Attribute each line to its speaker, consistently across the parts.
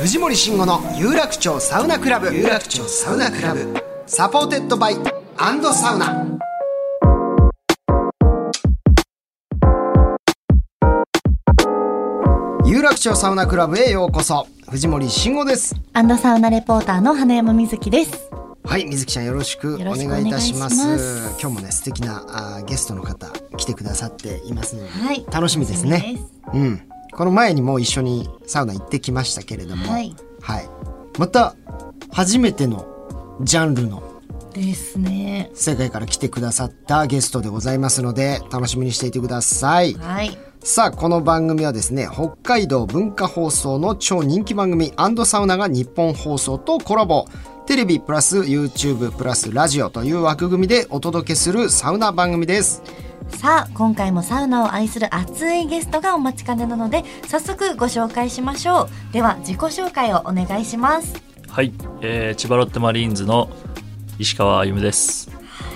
Speaker 1: 藤森慎吾の有楽町サウナクラブ有楽町サウナクラブサポーテッドバイアンドサウナ有楽町サウナクラブへようこそ藤森慎吾です
Speaker 2: アンドサウナレポーターの花山みずきです。
Speaker 1: はい水木ちゃんよろしくお
Speaker 2: よろしくお
Speaker 1: 願い
Speaker 2: 願い
Speaker 1: い
Speaker 2: い
Speaker 1: た
Speaker 2: た
Speaker 1: し
Speaker 2: し
Speaker 1: ま
Speaker 2: ますす
Speaker 1: 今日もね素敵なあーゲストの方来てくださっていますので、
Speaker 2: はい
Speaker 1: 楽しみですね
Speaker 2: 楽し
Speaker 1: うんこの前にも一緒にサウナ行ってきましたけれども
Speaker 2: はい、
Speaker 1: はいまた初めてのジャンルの
Speaker 2: ですね。
Speaker 1: 世界から来てくださったゲストでございますので楽しみにしていてください
Speaker 2: はい。
Speaker 1: さあこの番組はですね北海道文化放送の超人気番組アンドサウナが日本放送とコラボテレビプラス YouTube プラスラジオという枠組みでお届けするサウナ番組です
Speaker 2: さあ、今回もサウナを愛する熱いゲストがお待ちかねなので、早速ご紹介しましょう。では、自己紹介をお願いします。
Speaker 3: はい、えー、千葉ロッテマリーンズの石川歩夢です。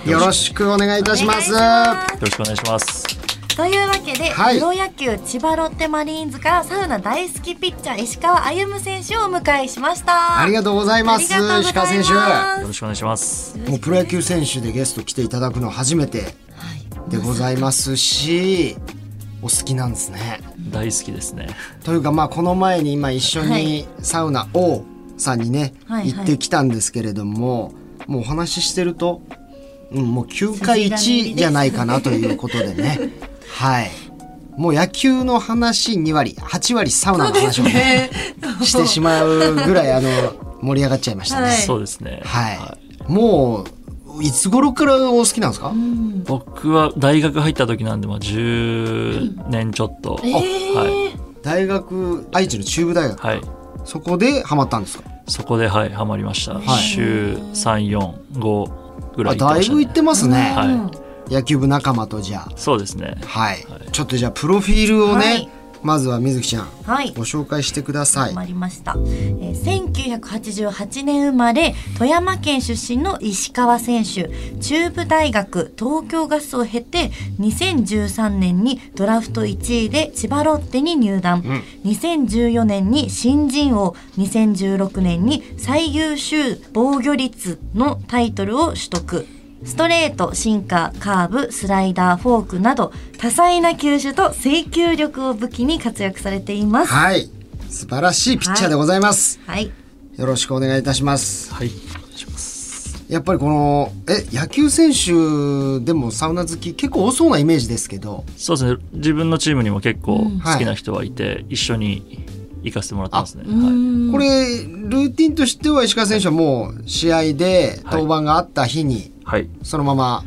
Speaker 3: よ
Speaker 1: よろしくお願いいたします
Speaker 2: お願いしま
Speaker 3: ろしくお願いします。
Speaker 2: すというわけで、
Speaker 1: はい
Speaker 2: プロ野球千葉ロッテマリーンズからサウナ大好きピッチャー石川歩夢選手をお迎えしました。
Speaker 1: ありがとうございます
Speaker 2: ありがとうございます
Speaker 1: 石川
Speaker 3: よろしくお願いします。
Speaker 1: もうプロ野球選手でゲスト来ていただくの初めてでございますしお好きなんですね
Speaker 3: 大好きですね。
Speaker 1: というかまあこの前に今一緒
Speaker 2: は
Speaker 1: に
Speaker 2: い
Speaker 1: サウナ王さんにね、
Speaker 2: はいはい
Speaker 1: 行ってきたんですけれどももうお話ししてると、うん、もう9回
Speaker 2: さすがに
Speaker 1: 1じゃないかなということでねはいもう野球の話2割8割サウナの話を、ねしてしまうぐらいあの盛り上がっちゃいましたね。
Speaker 2: はい
Speaker 3: そうですね。
Speaker 1: はい、もういつ頃からお好きなんですか、
Speaker 3: 僕は大学入った時なんで、まあ、10年ちょっと。はい。
Speaker 1: 大学愛知の中部大学、
Speaker 3: はい。
Speaker 1: そこでハマったんですか
Speaker 3: そこで、はい、ハマりました。週3、4、5ぐら
Speaker 1: あ
Speaker 3: い行って
Speaker 1: だ
Speaker 3: ま
Speaker 1: い
Speaker 3: した、ね。
Speaker 1: ぶ行ってますね、
Speaker 3: はい。
Speaker 1: 野球部仲間とじゃあ
Speaker 3: そうですね。
Speaker 1: はい、ちょっとじゃあプロフィールをね、
Speaker 2: はい
Speaker 1: まずはみずきちゃん
Speaker 2: はい
Speaker 1: ご。紹介してください
Speaker 2: 生まれました、えー1988年生まれ富山県出身の石川選手中部大学東京ガスを経て2013年にドラフト1位で千葉ロッテに入団、2014年に新人王2016年に最優秀防御率のタイトルを取得ストレート、シンカー、カーブ、スライダー、フォークなど多彩な球種と制球力を武器に活躍されています。
Speaker 1: はい素晴らしいピッチャーでございます、
Speaker 2: はい。
Speaker 1: よろしくお願いいたします
Speaker 3: はい。お願いします。
Speaker 1: やっぱりこのえ野球選手でもサウナ好き結構多そうなイメージですけど
Speaker 3: そうですね。自分のチームにも結
Speaker 1: は
Speaker 3: 構
Speaker 1: い
Speaker 3: 好きな人はいて、一緒に行かせてもらってますね。はい。
Speaker 1: これルーティンとしては石川選手はもう試合で
Speaker 3: はい
Speaker 1: 登板があった日に
Speaker 3: はい。
Speaker 1: そのまま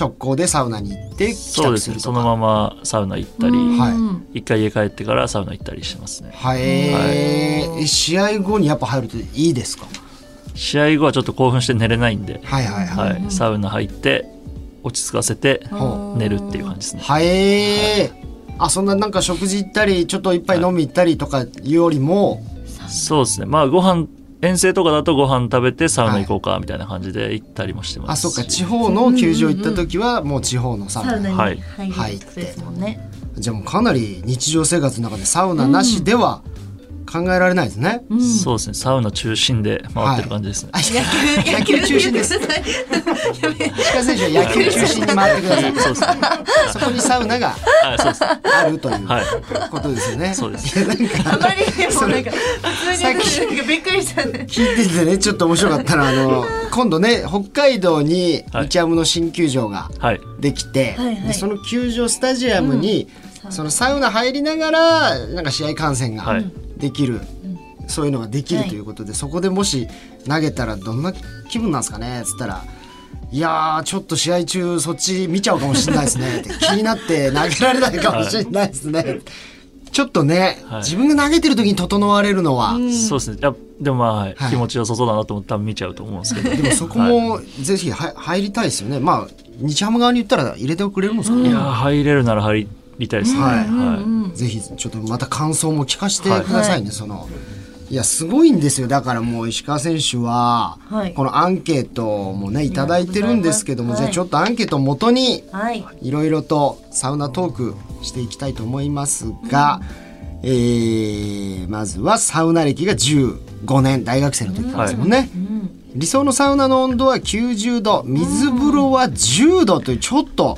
Speaker 1: 直行でサウナに行って帰
Speaker 3: そう
Speaker 1: 宅
Speaker 3: ですす
Speaker 1: る
Speaker 3: ね。
Speaker 1: と
Speaker 3: そ
Speaker 1: か
Speaker 3: のままサウナ行ったり、
Speaker 1: は
Speaker 3: 一回家帰ってからサウナ行ったりしてますね
Speaker 1: はい、え試合後にやっぱ入るといいですか
Speaker 3: 試合後はちょっと興奮して寝れないんで、
Speaker 1: はいはいはい、
Speaker 3: はい、サウナ入って落ち着かせて
Speaker 1: ほ
Speaker 3: 寝るっていう感じですね
Speaker 1: はえあそんななんか食事行ったりちょっと一杯飲み行ったりとかいうよりも、
Speaker 3: そうですねまあご飯遠征とかだとご飯食べてサウナ行こうかみたいな感じで行ったりもしてま
Speaker 1: あ
Speaker 3: す
Speaker 1: そっ
Speaker 3: し
Speaker 1: か地方の球場行った時はもう地方のサウナ
Speaker 2: サウナに
Speaker 3: はい
Speaker 2: 入るってことですもんね。
Speaker 1: じゃあもうかなり日常生活の中でサウナなしでは考えられないですね、
Speaker 3: そうですねサウナ中心で回ってる感じですね、
Speaker 1: あ 野球中心です
Speaker 2: 野
Speaker 1: 石川選 手
Speaker 2: 球
Speaker 1: は野球中心に回ってください
Speaker 3: そうですね
Speaker 1: そこにサウナが
Speaker 3: はいそうですね
Speaker 1: あるという
Speaker 3: はい
Speaker 1: ことですよね、
Speaker 3: そうです
Speaker 1: いやなんか
Speaker 2: あまりにもなんか普
Speaker 1: さっ
Speaker 2: 通になんかびっくりしたんで。
Speaker 1: 聞いててねちょっと面白かったらあの今度ね北海道に
Speaker 3: はい
Speaker 1: 日ハムの新球場が
Speaker 3: はい
Speaker 1: できて、
Speaker 2: はいはい
Speaker 1: でその球場スタジアムに、そのサウナ入りながらなんか試合観戦が
Speaker 3: はい
Speaker 1: できる、そういうのができる
Speaker 2: はい
Speaker 1: ということで、そこでもし投げたらどんな気分なんですかねっつったら「いやーちょっと試合中そっち見ちゃうかもしれないですね」って 気になって投げられないかもしれないですね。ちょっとね、
Speaker 3: はい
Speaker 1: 自分が投げてる時に整われるのは、
Speaker 3: そうですねいやでもまあ、はい
Speaker 1: はい
Speaker 3: 気持ちよさそうだなと思って多分見ちゃうと思うんですけど
Speaker 1: でもそこもぜひは入りたいですよね。まあ日ハム側に言ったら入れてくれるんですか
Speaker 3: い
Speaker 1: ね。
Speaker 3: やー入れるなら入りたいですね、
Speaker 1: はい
Speaker 3: は
Speaker 1: ぜひちょっとまた感想も聞かせてくださいね、そのいやすごいんですよだからもう石川選手は、
Speaker 2: はい
Speaker 1: このアンケートもね頂いただいてるんですけども、
Speaker 2: はい
Speaker 1: じゃあちょっとアンケートをもとに
Speaker 2: はい。
Speaker 1: いろいろとサウナトークしていきたいと思いますが、えーまずはサウナ歴が15年大学生の時からですもんね、理想のサウナの温度は90度水風呂は10度というちょっと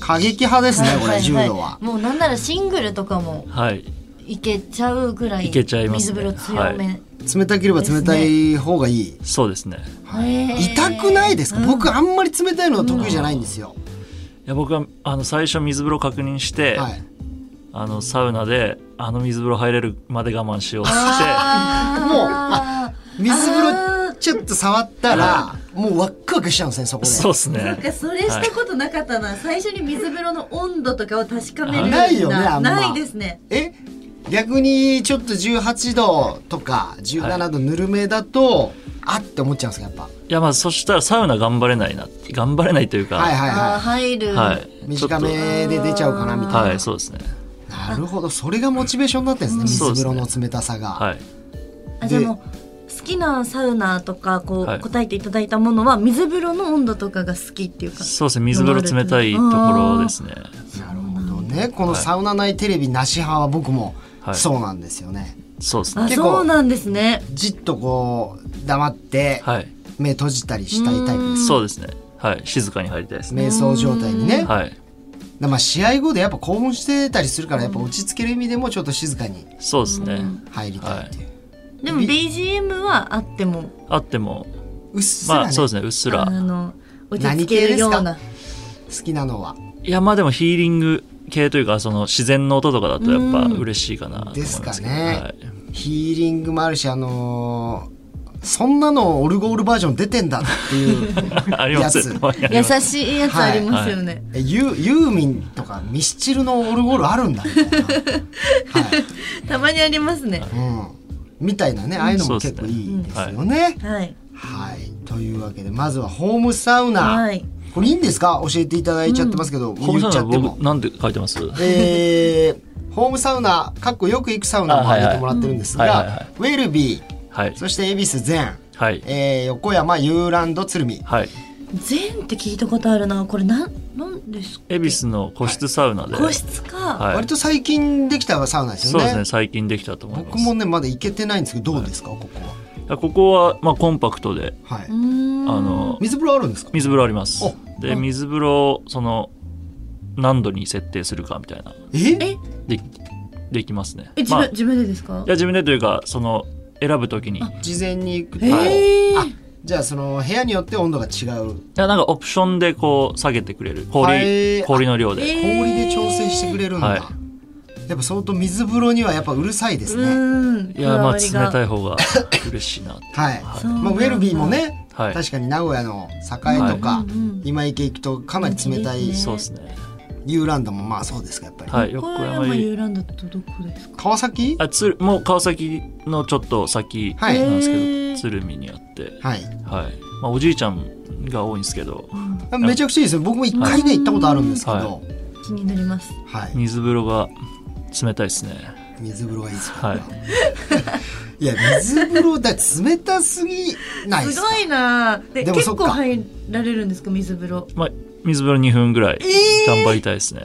Speaker 1: 過激派ですね、
Speaker 2: はいはい
Speaker 1: これ10度は。
Speaker 2: いもうなんならシングルとかも
Speaker 3: い、はい、
Speaker 2: いけちゃうぐらい
Speaker 3: いけちゃいま
Speaker 2: 水
Speaker 3: すね
Speaker 2: 風呂強め、
Speaker 1: 冷たければ冷たい方がいい、
Speaker 3: そうですね
Speaker 2: へー
Speaker 1: 痛くないですか、僕あんまり冷たいのは得意じゃないんですよ、
Speaker 3: いや僕はあの最初水風呂確認して、
Speaker 1: はい
Speaker 3: あのサウナであの水風呂入れるまで我慢しようって
Speaker 1: もう
Speaker 2: あ
Speaker 1: 水風
Speaker 2: あ
Speaker 1: 呂ちょっと触ったらもうワックワクしちゃうんですねそこで
Speaker 3: そうです
Speaker 4: なんか
Speaker 3: ね
Speaker 4: それしたことなかったな、最初に水風呂の温度とかを確かめるんだ
Speaker 1: ないよねあんま
Speaker 4: ないですね
Speaker 1: え逆にちょっと18度とか17度ぬるめだと、あって思っちゃうんですかやっぱ
Speaker 3: いやまあそしたらサウナ頑張れないな頑張れないというか
Speaker 1: はいはい
Speaker 2: ーあー
Speaker 1: は
Speaker 2: 入る、
Speaker 3: い
Speaker 1: い短めで出ちゃうかなみたいな、
Speaker 3: はいそうですね
Speaker 1: なるほどそれがモチベーションだったんですね水風呂の冷たさが、
Speaker 3: はい
Speaker 2: あじゃあもう好きなサウナとかこう、
Speaker 3: はい
Speaker 2: 答えていただいたものは水風呂の温度とかが好きっていうか
Speaker 3: そうですね水風呂冷たいところですね
Speaker 1: なるほどねこのサウナ内テレビなし派は僕も
Speaker 3: はい
Speaker 1: そうなんですよね、
Speaker 3: そうです
Speaker 2: あ
Speaker 3: ね
Speaker 1: 結構
Speaker 2: そうなんですね
Speaker 1: じっとこう黙って
Speaker 3: はい
Speaker 1: 目閉じたりしたいタイプです、
Speaker 3: そうですねはい静かに入りたいですね
Speaker 1: 瞑想状態にね、
Speaker 3: はい
Speaker 1: でまあ、試合後でやっぱ興奮してたりするからやっぱ落ち着ける意味でもちょっと静かに
Speaker 3: そうですね
Speaker 1: 入りたいっていう、
Speaker 2: でも BGM はあっても
Speaker 3: あっても
Speaker 1: うっすら、ね
Speaker 3: まあそうですねうっす
Speaker 2: あ
Speaker 3: ら
Speaker 2: の落ち着けるよう
Speaker 1: 何
Speaker 2: な
Speaker 1: 好きなのはい
Speaker 3: やまあでもヒーリング系というかその自然の音とかだとやっぱ
Speaker 2: うん
Speaker 3: 嬉しいかなと思い
Speaker 1: で
Speaker 3: ますす
Speaker 1: か
Speaker 3: けど
Speaker 1: ね、ヒーリングもあるしあのーそんなのオルゴールバージョン出てんだっていう
Speaker 3: はいあります
Speaker 1: やつ
Speaker 3: はいあり
Speaker 2: 優
Speaker 3: ます
Speaker 2: しいやつありますよね、
Speaker 1: えユーユーミンとかミスチルのオルゴールあるんだみたいな、はい
Speaker 2: たまにありますね
Speaker 1: うん、みたいなねああいうのも結構いいですよね。
Speaker 2: はい
Speaker 1: はい、というわけでまずはホームサウナ、
Speaker 2: はい
Speaker 1: これいいんですか教えていただいちゃってますけど、
Speaker 3: ホーム
Speaker 1: 言っち
Speaker 3: サ
Speaker 1: ゃ
Speaker 3: ウ
Speaker 1: って
Speaker 3: ナ
Speaker 1: も
Speaker 3: 僕。なんで書いてますは
Speaker 1: えー、ホームサウナかっこよく行くサウナも挙げてもらってるんです
Speaker 3: あはいはい
Speaker 1: がウェルビー
Speaker 3: い
Speaker 1: そして恵比寿全、
Speaker 3: はい
Speaker 1: えー、横山遊覧ド鶴見
Speaker 3: はい
Speaker 2: 全って聞いたことあるなこれなんなんですか
Speaker 3: 恵比寿の個室サウナで
Speaker 2: 個室か、
Speaker 3: はい
Speaker 1: 割と最近できたサウナです
Speaker 3: そ
Speaker 1: よ
Speaker 3: うです
Speaker 1: ね
Speaker 3: ね最近できたと思います
Speaker 1: 僕もねまだ行けてないんですけどどうですか、ここは、
Speaker 3: ここはまあコンパクトで
Speaker 1: はいう
Speaker 2: ーん
Speaker 3: あの
Speaker 1: 水風呂あるんですか
Speaker 3: 水風呂あります
Speaker 1: お
Speaker 3: で水風呂をその何度に設定するかみたいな
Speaker 1: え
Speaker 2: え
Speaker 3: できできますね
Speaker 2: え自分、
Speaker 3: まあい
Speaker 2: 自分でですか
Speaker 3: や自分でというかその選ぶときにい
Speaker 1: 事前に行くと、
Speaker 2: えー
Speaker 1: あじゃあその部屋によって温度が違う
Speaker 3: やなんかオプションでこう下げてくれる
Speaker 1: はい
Speaker 3: 氷氷の量
Speaker 2: え
Speaker 3: で
Speaker 1: 氷で調整してくれるんだ、
Speaker 3: はい
Speaker 1: やっぱ相当水風呂にはやっぱうるさいです
Speaker 2: う
Speaker 1: ね、
Speaker 2: ーん
Speaker 3: いやまあ
Speaker 2: こだわ
Speaker 3: 冷
Speaker 2: りが
Speaker 3: たい方が嬉しい なって
Speaker 1: はい、
Speaker 2: うなん
Speaker 1: まあ、
Speaker 2: だ
Speaker 1: ウェルビーもね、
Speaker 3: はい
Speaker 1: 確かに名古屋の栄とか、
Speaker 2: はいうんうん
Speaker 1: 今池行くとかなり冷たい
Speaker 2: ね
Speaker 3: そうですね
Speaker 1: 遊覧ドもまあそうですかやっぱり、
Speaker 3: はい横
Speaker 2: 横
Speaker 3: 山
Speaker 2: 山
Speaker 3: 由
Speaker 2: 遊覧だとどこですか
Speaker 1: 川崎
Speaker 3: あつもう川崎のちょっと先
Speaker 1: は
Speaker 3: ないんですけど、
Speaker 2: へー
Speaker 3: 鶴見にあって
Speaker 1: はい
Speaker 3: はい、まあ、おじいちゃんが多いんですけど、
Speaker 1: めちゃくちゃいいですよ僕も一回ね行ったことあるんですけど、は
Speaker 3: はい
Speaker 2: 気になります
Speaker 3: 水風呂が冷たいですね
Speaker 1: 水風呂がいいですか、
Speaker 3: はい
Speaker 1: い、や水風呂だって冷たすぎないです
Speaker 2: す
Speaker 1: か
Speaker 2: ごいなあで
Speaker 1: でもそ
Speaker 2: 結
Speaker 1: っか
Speaker 2: 構入られるんですか水風呂
Speaker 3: まあ水風呂2分ぐらい頑張りたいですね、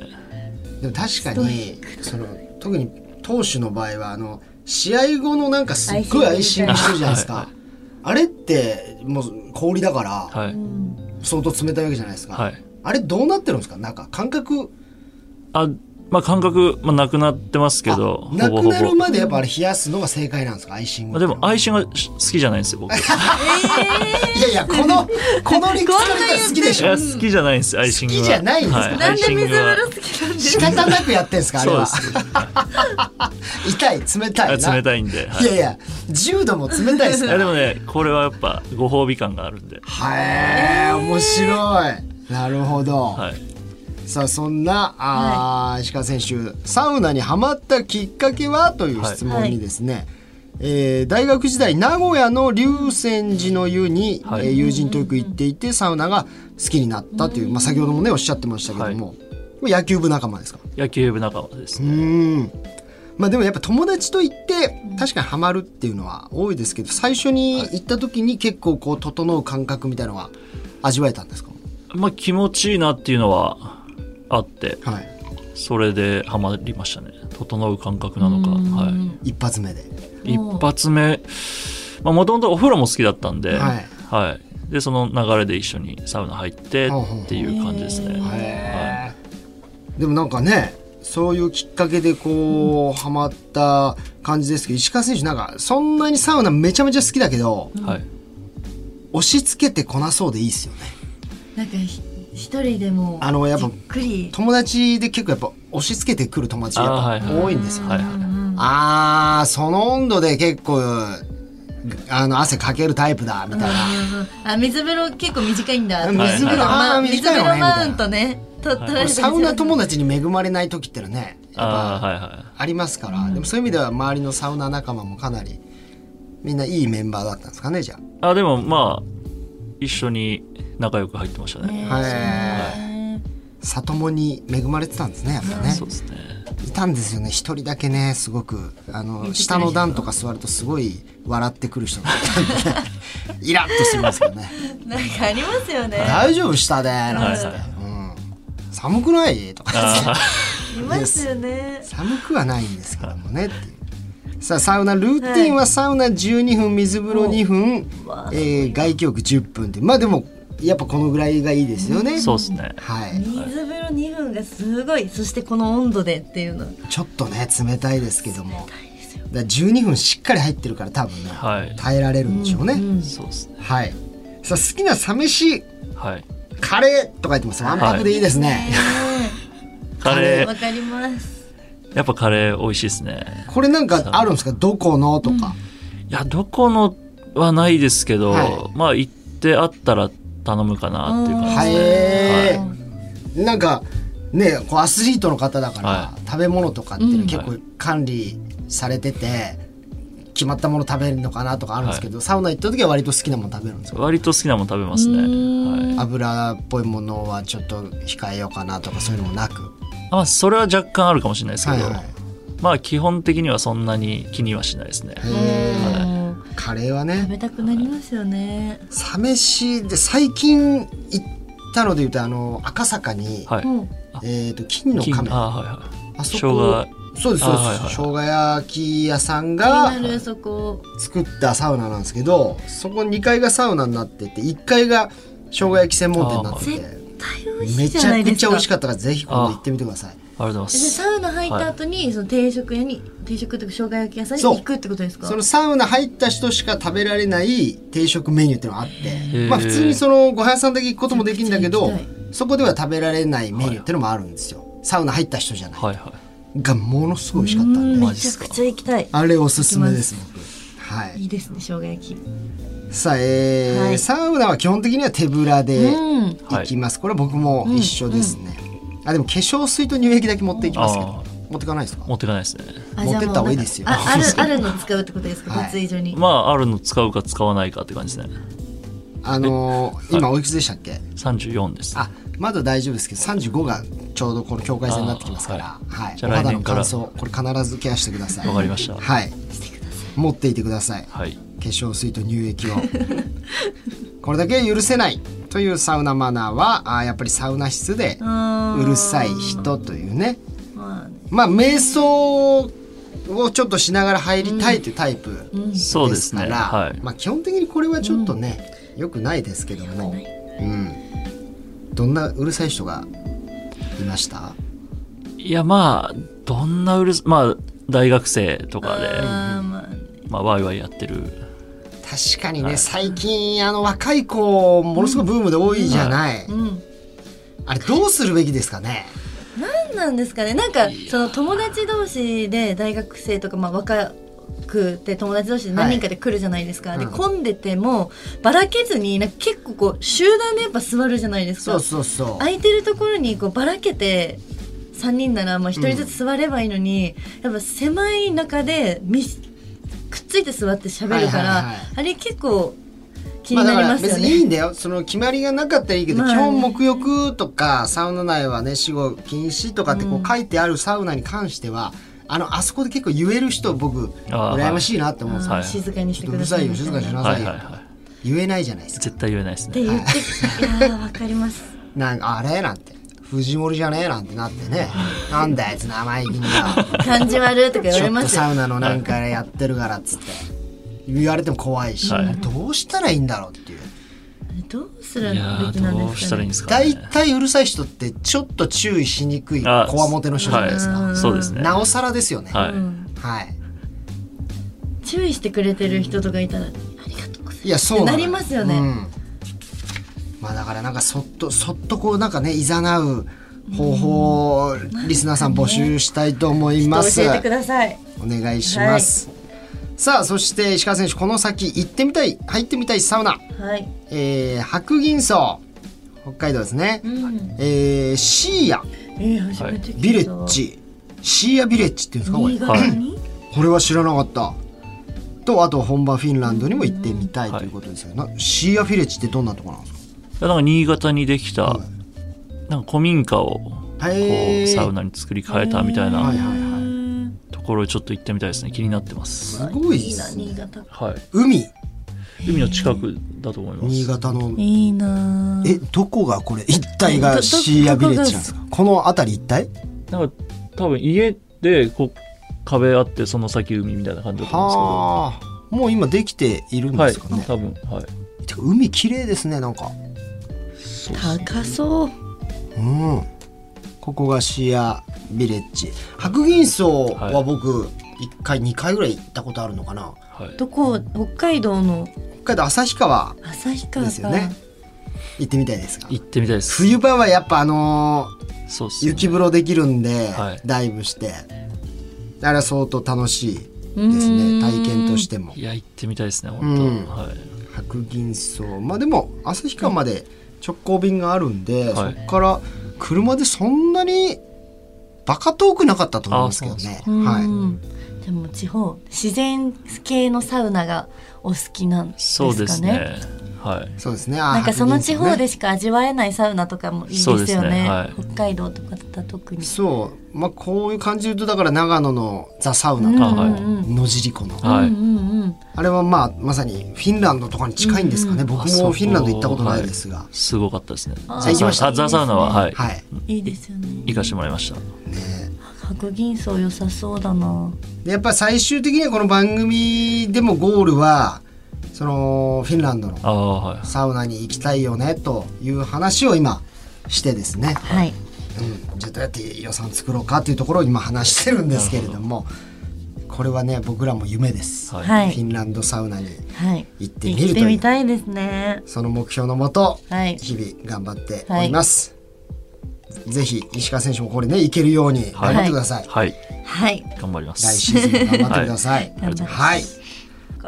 Speaker 1: でも確かにその特に投手の場合はあの試合後のなんかすっごいアイシングしてるじゃないですか、
Speaker 3: はい
Speaker 1: あれってもう氷だから、
Speaker 3: はい
Speaker 1: 相当冷たいわけじゃないですか、
Speaker 3: はい
Speaker 1: あれどうなってるんですかなんか感覚
Speaker 3: あまあ感覚、まあ、なくなってますけど、
Speaker 1: な
Speaker 3: ほぼ
Speaker 1: く
Speaker 3: ほ
Speaker 1: な
Speaker 3: ぼ
Speaker 1: る。までやっぱあれ冷やすのが正解なんですかアイシン
Speaker 3: ま
Speaker 1: グ
Speaker 3: あ、でも、愛心がし好きじゃないんですよ、僕。い
Speaker 1: いやいやこ のこの理屈から見たら好きでしょ
Speaker 3: や、好きじゃないんです、愛心が。
Speaker 1: 好きじゃないんですか
Speaker 3: は
Speaker 4: なんで水風
Speaker 3: アイシ
Speaker 4: 呂
Speaker 3: ン
Speaker 4: 好きなんです
Speaker 1: 仕方なくやってんですかあれ
Speaker 3: グ
Speaker 1: は
Speaker 3: はそうで す。
Speaker 1: 痛い冷たいな
Speaker 3: あ冷たいんで。はい
Speaker 1: いやいや重度も冷たいです
Speaker 3: い
Speaker 1: か
Speaker 3: やで
Speaker 1: ら
Speaker 3: もねこれはやっぱご褒美感があるんで、
Speaker 1: へえ面白いなるほど、
Speaker 3: はい、
Speaker 1: さあそんなあー、石川選手サウナにハマったきっかけはという質問にですね、えー大学時代名古屋の龍泉寺の湯に、
Speaker 3: はい
Speaker 1: えー友人とよく行っていてサウナが好きになったという、まあ、先ほどもねおっしゃってましたけども、これ野球部仲間ですか
Speaker 3: 野球部仲間です
Speaker 1: う
Speaker 3: ね、
Speaker 1: んまあでもやっぱ友達と行って確かにハマるっていうのは多いですけど最初に行った時に結構こう整う感覚みたいなのは味わえたんですか、
Speaker 3: まあ気持ちいいなっていうのはあって
Speaker 1: はい、
Speaker 3: それでハマりましたね整う感覚なのか、は
Speaker 1: 一発目で
Speaker 3: い、一発目もともとお風呂も好きだったんで,、
Speaker 1: は
Speaker 3: はいいでその流れで一緒にサウナ入ってっていう感じですね、はい
Speaker 1: でもなんかねそういうきっかけでこうハマった感じですけど石川選手なんかそんなにサウナめちゃめちゃ好きだけど
Speaker 3: はい、
Speaker 1: 押し付けてこなそうでいいですよね
Speaker 4: なんかひ一人でも
Speaker 1: あのやっぱ
Speaker 4: じっくり
Speaker 1: 友達で結構やっぱ押し付けてくる友達がやっぱ多いんですよ
Speaker 3: はいは
Speaker 1: あーその温度で結構あの汗かけるタイプだみたいな
Speaker 4: あ水風呂結構短いんだ
Speaker 1: 水風呂
Speaker 4: ま
Speaker 1: あ
Speaker 4: あ
Speaker 1: ー
Speaker 4: 水
Speaker 1: 短
Speaker 4: 風
Speaker 1: いの
Speaker 4: 呂
Speaker 1: ねみた
Speaker 4: マウ
Speaker 1: い
Speaker 4: ン
Speaker 1: な
Speaker 4: トねと取られて
Speaker 1: サウナ友達に恵まれない時ってのはねやっ
Speaker 3: い
Speaker 1: ぱ
Speaker 3: あーはいはい
Speaker 1: ありますから、でもそういう意味では周りのサウナ仲間もかなりみんないいメンバーだったんですかねじゃ
Speaker 3: あでもまあ一緒に仲良く入ってましたね
Speaker 1: あ、はい里もに恵まれてたんですねやっぱね
Speaker 3: そうですね
Speaker 1: いたんですよね一人だけねすごくあの下の段とか座るとすごい笑ってくる人がいたんでイラッとしますよね
Speaker 4: なんかありますよね
Speaker 1: 大丈夫下でなんつって、
Speaker 3: はい
Speaker 1: うん、寒くないとか言っ
Speaker 4: い
Speaker 1: て
Speaker 4: ますよね
Speaker 1: 寒くはないんですけどもねっていうさあサウナルーティンはサウナ12分水風呂2分、えー外気浴10分でまあでもやっぱこのぐらいがいいですよね、
Speaker 3: そうですね
Speaker 1: はい
Speaker 4: 水風呂2分がすごいそしてこの温度でっていうの
Speaker 1: ちょっとね冷たいですけどもだから12分しっかり入ってるから多分ね、
Speaker 3: はい
Speaker 1: 耐えられるんでしょうね、
Speaker 3: そうですね
Speaker 1: はいさあ好きなサ飯
Speaker 3: はい
Speaker 1: カレーとか言ってますわんぱくでいいですね、
Speaker 3: カレー
Speaker 4: わかります
Speaker 3: やっぱカレー美味しいですね。
Speaker 1: これなんかあるんですかどこのとか、
Speaker 3: いや、どこのはないですけど、
Speaker 1: は
Speaker 3: まあ行ってあったら頼むかなっていう感
Speaker 1: は
Speaker 3: じ
Speaker 1: い、
Speaker 3: ですね。はい
Speaker 1: なんかねこうアスリートの方だから、
Speaker 3: は
Speaker 1: 食べ物とかっていうの結構管理されてて、決まったもの食べるのかなとかあるんですけど、サウナ行った時は割と好きなもの食べるんですよ
Speaker 3: 割と好きなもの食べますね。はい、
Speaker 1: 油っぽいものはちょっと控えようかなとかそういうのもなく、
Speaker 3: まあ、それは若干あるかもしれないですけ
Speaker 1: はい
Speaker 3: ど、
Speaker 1: はい、
Speaker 3: まあ基本的にはそんなに気にはしないですね。
Speaker 1: カレーは
Speaker 4: 食
Speaker 1: ね
Speaker 4: べたくなりますよね
Speaker 1: サ飯で最近行ったので言うとあの赤坂に、
Speaker 3: はい。
Speaker 1: えー、と金の
Speaker 3: 金
Speaker 1: 亀
Speaker 3: あはいは
Speaker 1: あそこそう
Speaker 3: 生姜
Speaker 1: ですそうです、
Speaker 3: あはいはい
Speaker 1: 生姜焼き屋さん
Speaker 4: 気
Speaker 1: が
Speaker 4: になるそこ
Speaker 1: 作ったサウナなんですけどそこ2階がサウナになってて1階が生姜焼き専門店になってて
Speaker 4: 大美味し
Speaker 1: め
Speaker 4: いじ
Speaker 1: ち
Speaker 4: ゃな
Speaker 1: ゃ
Speaker 4: い
Speaker 1: く
Speaker 4: です
Speaker 1: ちゃ
Speaker 4: か
Speaker 1: 美味しかったからぜひ今度行ってみてください
Speaker 3: い。ありがとうご
Speaker 4: で
Speaker 3: ざいます。
Speaker 4: サウナ入った後に、その定食屋に定食とか生姜焼き屋さんに
Speaker 1: そう
Speaker 4: 行くってことですか
Speaker 1: そのサウナ入った人しか食べられない定食メニューっていうのがあって
Speaker 3: ー
Speaker 1: まあ普通にそのご飯屋さんだけ行くこともできるんだけど
Speaker 4: めちゃくちゃ
Speaker 1: そこでは食べられないメニューっていうのもあるんですよサウナ入った人じゃない
Speaker 3: はいは
Speaker 1: がものすごい美味しかったんで
Speaker 4: めちゃくちゃ行きたい
Speaker 1: あれおすすめです僕はい
Speaker 4: いいですね生姜焼き
Speaker 1: さあ、えー
Speaker 4: はい
Speaker 1: サウナは基本的には手ぶらで行きます、これは僕も一緒ですね、あでも化粧水と乳液だけ持っていきますけ
Speaker 3: うんあ
Speaker 1: ど持ってかないですか
Speaker 3: い。持ってかないですね。
Speaker 4: あじゃあ
Speaker 1: 持ってった方がいいですよ
Speaker 4: もうなん かああるあるの使うってことですか
Speaker 1: はい
Speaker 4: 脱衣所に、
Speaker 3: まああるの使うか使わないかって感じですね。
Speaker 1: あのー今おいくつでしたっけ
Speaker 3: 34です。
Speaker 1: あまだ大丈夫ですけど35がちょうどこの境界線になってきますから、はい
Speaker 3: じゃ
Speaker 1: お
Speaker 3: あ
Speaker 1: 肌
Speaker 3: 来
Speaker 1: の
Speaker 3: 年から
Speaker 1: 乾燥これ必ずケアしてください
Speaker 3: わかりました
Speaker 1: はい持っていてください化
Speaker 3: はい。
Speaker 1: 粧水と乳液 をこれだけは許せないというサウナマナーはあーやっぱりサウナ室でうるさい人というね
Speaker 4: まあね
Speaker 1: まあ瞑想をちょっとしながら入りたいというタイプですから、
Speaker 3: そうですね。はい。
Speaker 1: まあ、基本的にこれはちょっとね、良くないですけども、うん、どんなうるさい人がいました
Speaker 3: いやまあどんなうるすまあ大学生とかで
Speaker 4: あーまあ
Speaker 3: まあワイワイやってる
Speaker 1: 確かにね、最近あの若い子ものすごいブームで多いじゃない、
Speaker 4: うん
Speaker 1: あれどうするべきですかね
Speaker 4: 何なんですかねなんかその友達同士で大学生とかまあ若くて友達同士で何人かで来るじゃないですか、
Speaker 1: い
Speaker 4: で
Speaker 1: うん
Speaker 4: 混んでてもばらけずになんか結構こう集団でやっぱ座るじゃないですか
Speaker 1: そうそうそう
Speaker 4: 空いてるところにこうばらけて3人ならまあ1人ずつ座ればいいのに、やっぱ狭い中でみしくっついて座って喋るから、
Speaker 1: はいはいはい
Speaker 4: あれ結構気になります
Speaker 1: あだ
Speaker 4: よ
Speaker 1: から別にいい
Speaker 4: ね。
Speaker 1: んだよその決まりがなかったらいいけど、
Speaker 4: まあね
Speaker 1: 基本沐浴とかサウナ内はね死後禁止とかってこう書いてあるサウナに関しては、あのあそこで結構言える人僕
Speaker 3: あー
Speaker 1: 羨ましいなって思うんですよ、
Speaker 3: はい
Speaker 4: 静かにし
Speaker 1: ち
Speaker 4: て
Speaker 1: ょっと
Speaker 4: く
Speaker 1: う
Speaker 4: ださ
Speaker 1: るさ
Speaker 4: い
Speaker 1: い
Speaker 4: ね
Speaker 1: よ静かにしな
Speaker 3: は
Speaker 1: さ
Speaker 3: い
Speaker 1: いよ、
Speaker 3: はいはい
Speaker 1: 言えないじゃないですか
Speaker 3: 絶対言えないです
Speaker 4: って
Speaker 3: ね
Speaker 4: 言って、い、やーわかります。
Speaker 1: なんかあれなんて藤森じゃねえなんてなってねなんだあいつ生意気にな
Speaker 4: 感じ悪いとか言わ
Speaker 1: ち
Speaker 4: れ
Speaker 1: ょっ
Speaker 4: ま
Speaker 1: と
Speaker 4: すよ
Speaker 1: サ。ウナのなんかやってるからっつって言われても怖いし、
Speaker 3: はい
Speaker 1: どうしたらいいんだろうっていう
Speaker 4: どうする
Speaker 3: いや
Speaker 4: べきな
Speaker 3: ー
Speaker 4: ん
Speaker 3: ど
Speaker 4: で
Speaker 3: うし
Speaker 4: す
Speaker 3: た
Speaker 4: から
Speaker 3: いい
Speaker 4: ね
Speaker 3: んで。すか
Speaker 1: 大
Speaker 3: ね
Speaker 1: 体うるさい人ってちょっと注意しにくい
Speaker 3: あ
Speaker 1: こわもての人じゃないですか、
Speaker 3: はいそうですね
Speaker 1: なおさらですよね
Speaker 3: は、
Speaker 1: はい
Speaker 4: うん
Speaker 1: い、
Speaker 4: 注意してくれてる人とかいたら、ありがとうございます。
Speaker 1: いやそうのよ
Speaker 4: なりますよね
Speaker 1: うんまあだからなんかそっとそっとこうなんかねいざなう方法をリスナーさん募集したいと思います、
Speaker 4: 教えてください。
Speaker 1: お願いします、さあそして石川選手この先行ってみたい入ってみたいサウナ、
Speaker 4: はい。
Speaker 1: えー、白銀荘北海道ですね、
Speaker 4: うん。
Speaker 1: えー、シーヤ
Speaker 4: えー、初めて聞いた。
Speaker 1: ビレッ。ジシーヤビレッジっていうんですかこれ
Speaker 4: 新潟に。
Speaker 1: これは知らなかったとあと本場フィンランドにも行ってみたいということですよ、なシーアフィレッジってどんなとこなんですか
Speaker 3: なんか新潟にできた、
Speaker 1: は
Speaker 3: なんか古民家をこ
Speaker 1: へ
Speaker 3: う
Speaker 1: ー
Speaker 3: サウナに作り変えたみたい
Speaker 1: はい
Speaker 3: な
Speaker 1: はいはい
Speaker 3: ところをちょっと行ってみたいですね気になってます、
Speaker 1: すごい
Speaker 4: い
Speaker 1: で
Speaker 4: いな、
Speaker 1: すね
Speaker 4: 新潟。
Speaker 3: はい
Speaker 1: 海
Speaker 3: 海の近くだと思います
Speaker 1: 新潟の
Speaker 2: いいな
Speaker 1: えどこがこれ一帯がシーアビレッジなんですかこの辺り一帯
Speaker 3: なんか多分家でこう壁あってその先海みたいな感じだと思
Speaker 1: はあもう今できているん
Speaker 3: うん
Speaker 1: で
Speaker 3: ですすけ
Speaker 1: か
Speaker 3: ど、
Speaker 1: ね、
Speaker 3: はい多分はい
Speaker 1: てか海綺麗ですねなんか
Speaker 2: 高そう
Speaker 1: うんここがシーアビレッジ白銀荘は僕1回2回ぐらい行ったことあるのかな
Speaker 3: はい
Speaker 2: どこ北海道の
Speaker 1: 北海道旭川
Speaker 2: 旭川
Speaker 1: ですよ
Speaker 2: か、
Speaker 1: ね行ってみたいですか
Speaker 3: 行ってみたいです
Speaker 1: 冬場はやっぱあの
Speaker 3: そうっす
Speaker 1: ー
Speaker 3: ね
Speaker 1: 雪風呂できるんで、
Speaker 3: はい
Speaker 1: ダイブしてあれは相当楽しいですね体験としても
Speaker 3: いや行ってみたいですね本当、
Speaker 1: うん
Speaker 3: はい
Speaker 1: 白銀荘まあでも旭川まで直行便があるんで、
Speaker 3: はい
Speaker 1: そこから車でそんなにバカ遠くなかったと思うんですけどね
Speaker 2: うん
Speaker 1: は
Speaker 2: でも地方自然系のサウナがお好きなんですか
Speaker 3: そ
Speaker 2: ね
Speaker 3: うですねはい
Speaker 1: いそうですね
Speaker 2: な
Speaker 1: なん
Speaker 2: かその地方で
Speaker 1: し
Speaker 2: しか味わえないサウナとかもいいです
Speaker 3: そう
Speaker 2: よ
Speaker 3: で
Speaker 2: ね
Speaker 3: すねはい
Speaker 2: 北海道とかだったら特に
Speaker 1: そうまあこういう感じで言うとだから長野のザ・サウナ
Speaker 2: うん
Speaker 1: と
Speaker 2: う
Speaker 1: か、
Speaker 3: はい
Speaker 2: んうん
Speaker 1: 野尻湖の
Speaker 3: はい、
Speaker 2: うんうんうん
Speaker 1: あれはまあまさにフィンランドとかに近いんですかね、僕
Speaker 3: あそ
Speaker 1: も
Speaker 3: こ
Speaker 1: フィンランド行ったことないですが、
Speaker 3: すごかったですね
Speaker 2: あー
Speaker 3: ザ
Speaker 1: 行きました
Speaker 3: あザサウナははい、
Speaker 1: はい
Speaker 2: いいですよね
Speaker 3: 行かしてもらいました
Speaker 2: 白銀層良さそうだな
Speaker 1: でやっぱり最終的にはこの番組でもゴールはそのフィンランドの
Speaker 3: ああはい
Speaker 1: サウナに行きたいよねという話を今してですね、
Speaker 2: はい
Speaker 1: うん、じゃあどうやって予算作ろうかというところを今話してるんですけれどもこれはね僕らも夢です、
Speaker 3: はい
Speaker 2: は
Speaker 1: フィ
Speaker 2: い
Speaker 1: ンランドサウナに
Speaker 2: はい
Speaker 1: 行ってみ
Speaker 2: 行
Speaker 1: る
Speaker 2: っ
Speaker 1: と
Speaker 2: て
Speaker 1: い
Speaker 2: み
Speaker 1: う
Speaker 2: たいですね
Speaker 1: その目標のもと
Speaker 2: はい
Speaker 1: 日々頑張っております、ぜひ石川選手もこれね行けるように頑張ってください、
Speaker 3: はい
Speaker 2: はい
Speaker 3: 頑張ります
Speaker 1: 来シーズンも頑張ってください、
Speaker 2: 頑張ります
Speaker 1: はい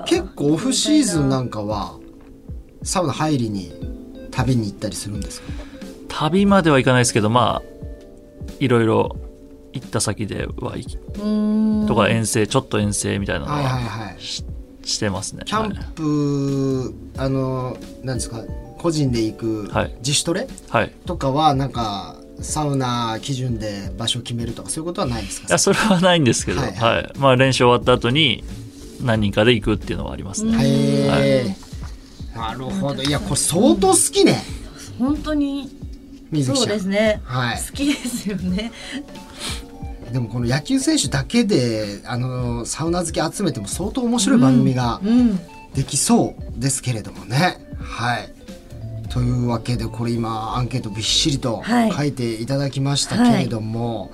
Speaker 1: 結構オフシーズンなんかはサウナ入りに旅に行ったりするんですか
Speaker 3: 旅まではいかないですけどまあいろいろ行った先では行きとか遠征ちょっと遠征みたいなの
Speaker 1: はいはい
Speaker 3: は
Speaker 1: はい
Speaker 3: ししてますね
Speaker 1: キャンプ、あのなんですか個人で行く
Speaker 3: はい
Speaker 1: 自主トレ
Speaker 3: はい、はい、い
Speaker 1: とかはなんかサウナ基準で場所を決めるとかそういうことはないですか
Speaker 3: やそれはないんですけど、
Speaker 1: は
Speaker 3: はいいまあ、練習終わった後に何人かで行くっていうのはありますね、
Speaker 1: へえ、なるほどいやこれ相当好きね
Speaker 4: 本当に。
Speaker 1: 水木ち
Speaker 4: そ
Speaker 1: ゃ
Speaker 4: うんですね。
Speaker 1: はい
Speaker 4: 好きですよね。
Speaker 1: でもこの野球選手だけであのサウナ好き集めても相当面白い番組が
Speaker 4: うん。
Speaker 1: できそうですけれどもね。はいというわけでこれ今アンケートびっしりと
Speaker 2: はい
Speaker 1: 書いていただきましたけれども、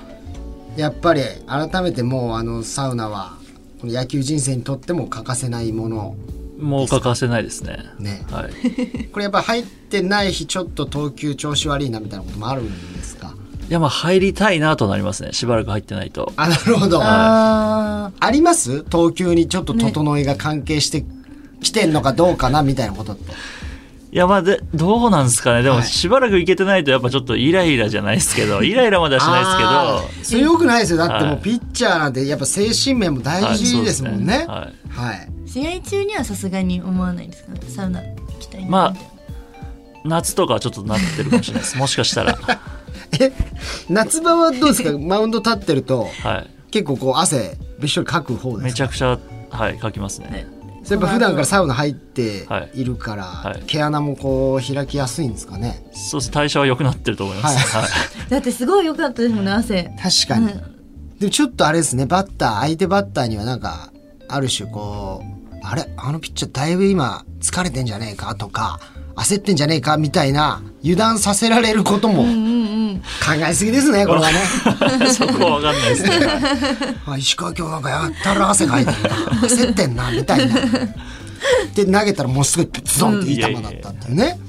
Speaker 1: やっぱり改めてもうあのサウナはこの野球人生にとっても欠かせないもの
Speaker 3: もう欠かせないですね。
Speaker 1: ね
Speaker 3: はい、い
Speaker 1: これやっぱ入ってない日ちょっと投球調子悪いなみたいなこともあるんですか
Speaker 3: やまあ入りたいなとなりますねしばらく入ってないと。
Speaker 1: あなるほどあ
Speaker 4: あ
Speaker 1: ります投球にちょっと整いが関係してきてんのかどうかなみたいなことって
Speaker 3: いやまあでどうなんですかねで
Speaker 1: は
Speaker 3: も
Speaker 1: い
Speaker 3: しばらく行けてないとやっぱちょっとイライラじゃないですけどイライラまではしないですけ
Speaker 1: す
Speaker 3: ど。
Speaker 1: けどそれよくないですよだっても
Speaker 3: は
Speaker 1: う
Speaker 3: い
Speaker 1: ピッチャーなんてやっぱ精神面も大
Speaker 3: はいそ
Speaker 1: 事
Speaker 3: う
Speaker 1: ですもんね
Speaker 3: はい
Speaker 1: はい
Speaker 4: ー試合中にはさすがに思わないですかサウナ行きたいな
Speaker 3: まあ
Speaker 4: みたいな
Speaker 3: 夏とかはちょっとなってるかもしれないですもしかしたら。
Speaker 1: え夏場はどうですかマウンド立ってると
Speaker 3: はい
Speaker 1: 結構こう汗びっしょりかく方で
Speaker 3: め
Speaker 1: すか
Speaker 3: ちゃくちゃ、はい、書きますね。
Speaker 1: それやっぱ普段からサウナ入って
Speaker 3: はい
Speaker 1: いるから、
Speaker 3: はい
Speaker 1: 毛穴もこう開きやすいんですかね
Speaker 3: そうです。代謝は良くなってると思います。
Speaker 1: は
Speaker 3: はい。
Speaker 4: だってすごい良かったですもんね汗
Speaker 1: 確かに、でもちょっとあれですねバッター相手バッターにはなんかある種こうあれあのピッチャーだいぶ今疲れてんじゃねえかとか焦ってんじゃねえかみたいな油断させられることも考えすぎですねこれはね
Speaker 3: そこはわかんない ですね。
Speaker 1: あ石川今日なんかやったら汗かいてるな焦ってんなみたいなで投げたらもうすぐズドンっていい球だったっていうね、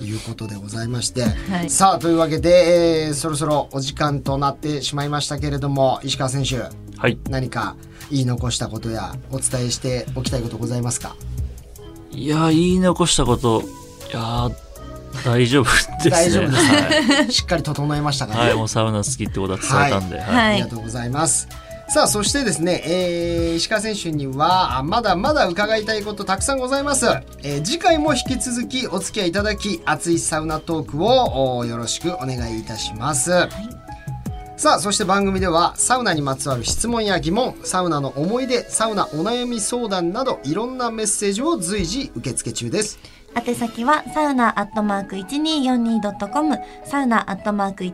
Speaker 1: いうことでございまして、
Speaker 4: い
Speaker 1: さあというわけで、えーそろそろお時間となってしまいましたけれども石川選手
Speaker 3: はい。
Speaker 1: 何か言い残したことやお伝えしておきたいことございますか
Speaker 3: いやー、言い残したこと、いやー、大丈夫ですね。
Speaker 1: 大丈夫です
Speaker 3: はい
Speaker 1: しっかり整えましたかね、
Speaker 3: はい、もうサウナ好きってことは伝えたんで。は
Speaker 1: あ
Speaker 3: い。
Speaker 1: りがとうございます。さあそしてですね、えー石川選手にはあまだまだ伺いたいことたくさんございます、えー次回も引き続きお付き合いいただき熱いサウナトークをおよろしくお願いいたします、さあそして番組ではサウナにまつわる質問や疑問サウナの思い出サウナお悩み相談などいろんなメッセージを随時受付中です
Speaker 2: 宛先はサウナアットマーク 1242.com サウナアットマーク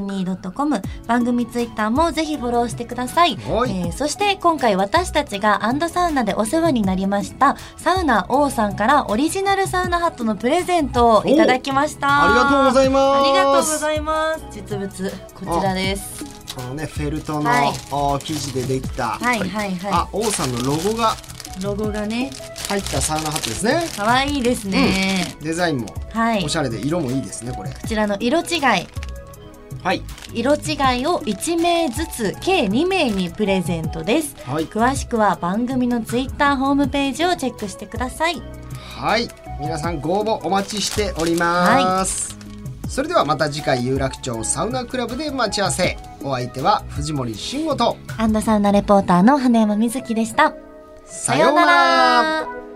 Speaker 2: 1242.com 番組ツイッターもぜひフォローしてください、え
Speaker 1: はい
Speaker 2: ーそして今回私たちがアンドサウナでお世話になりましたサウナ王さんからオリジナルサウナハットのプレゼントをいただきました
Speaker 1: ありがとうございます
Speaker 2: ありがとうございます実物こちらです
Speaker 1: このねフェルトの、
Speaker 2: はい
Speaker 1: お生地でできた、
Speaker 2: はいはいは
Speaker 1: あ王さんのロゴが
Speaker 2: いロゴがね
Speaker 1: 入ったサウナハットですね
Speaker 2: 可愛いですね、
Speaker 1: デザインも
Speaker 2: はい
Speaker 1: おし
Speaker 2: こ
Speaker 1: ゃれで色もいいですねこれ
Speaker 2: ちらの色違い
Speaker 1: はい
Speaker 2: 色違いを1名ずつ計2名にプレゼントです、
Speaker 1: はい
Speaker 2: 詳しくは番組のツイッターホームページをチェックしてください
Speaker 1: はい皆さんご応募お待ちしております、それではまた次回有楽町サウナクラブで待ち合わせお相手は藤森慎吾と
Speaker 2: アンドサウナレポーターの花山瑞希でした
Speaker 1: さようなら
Speaker 2: うなら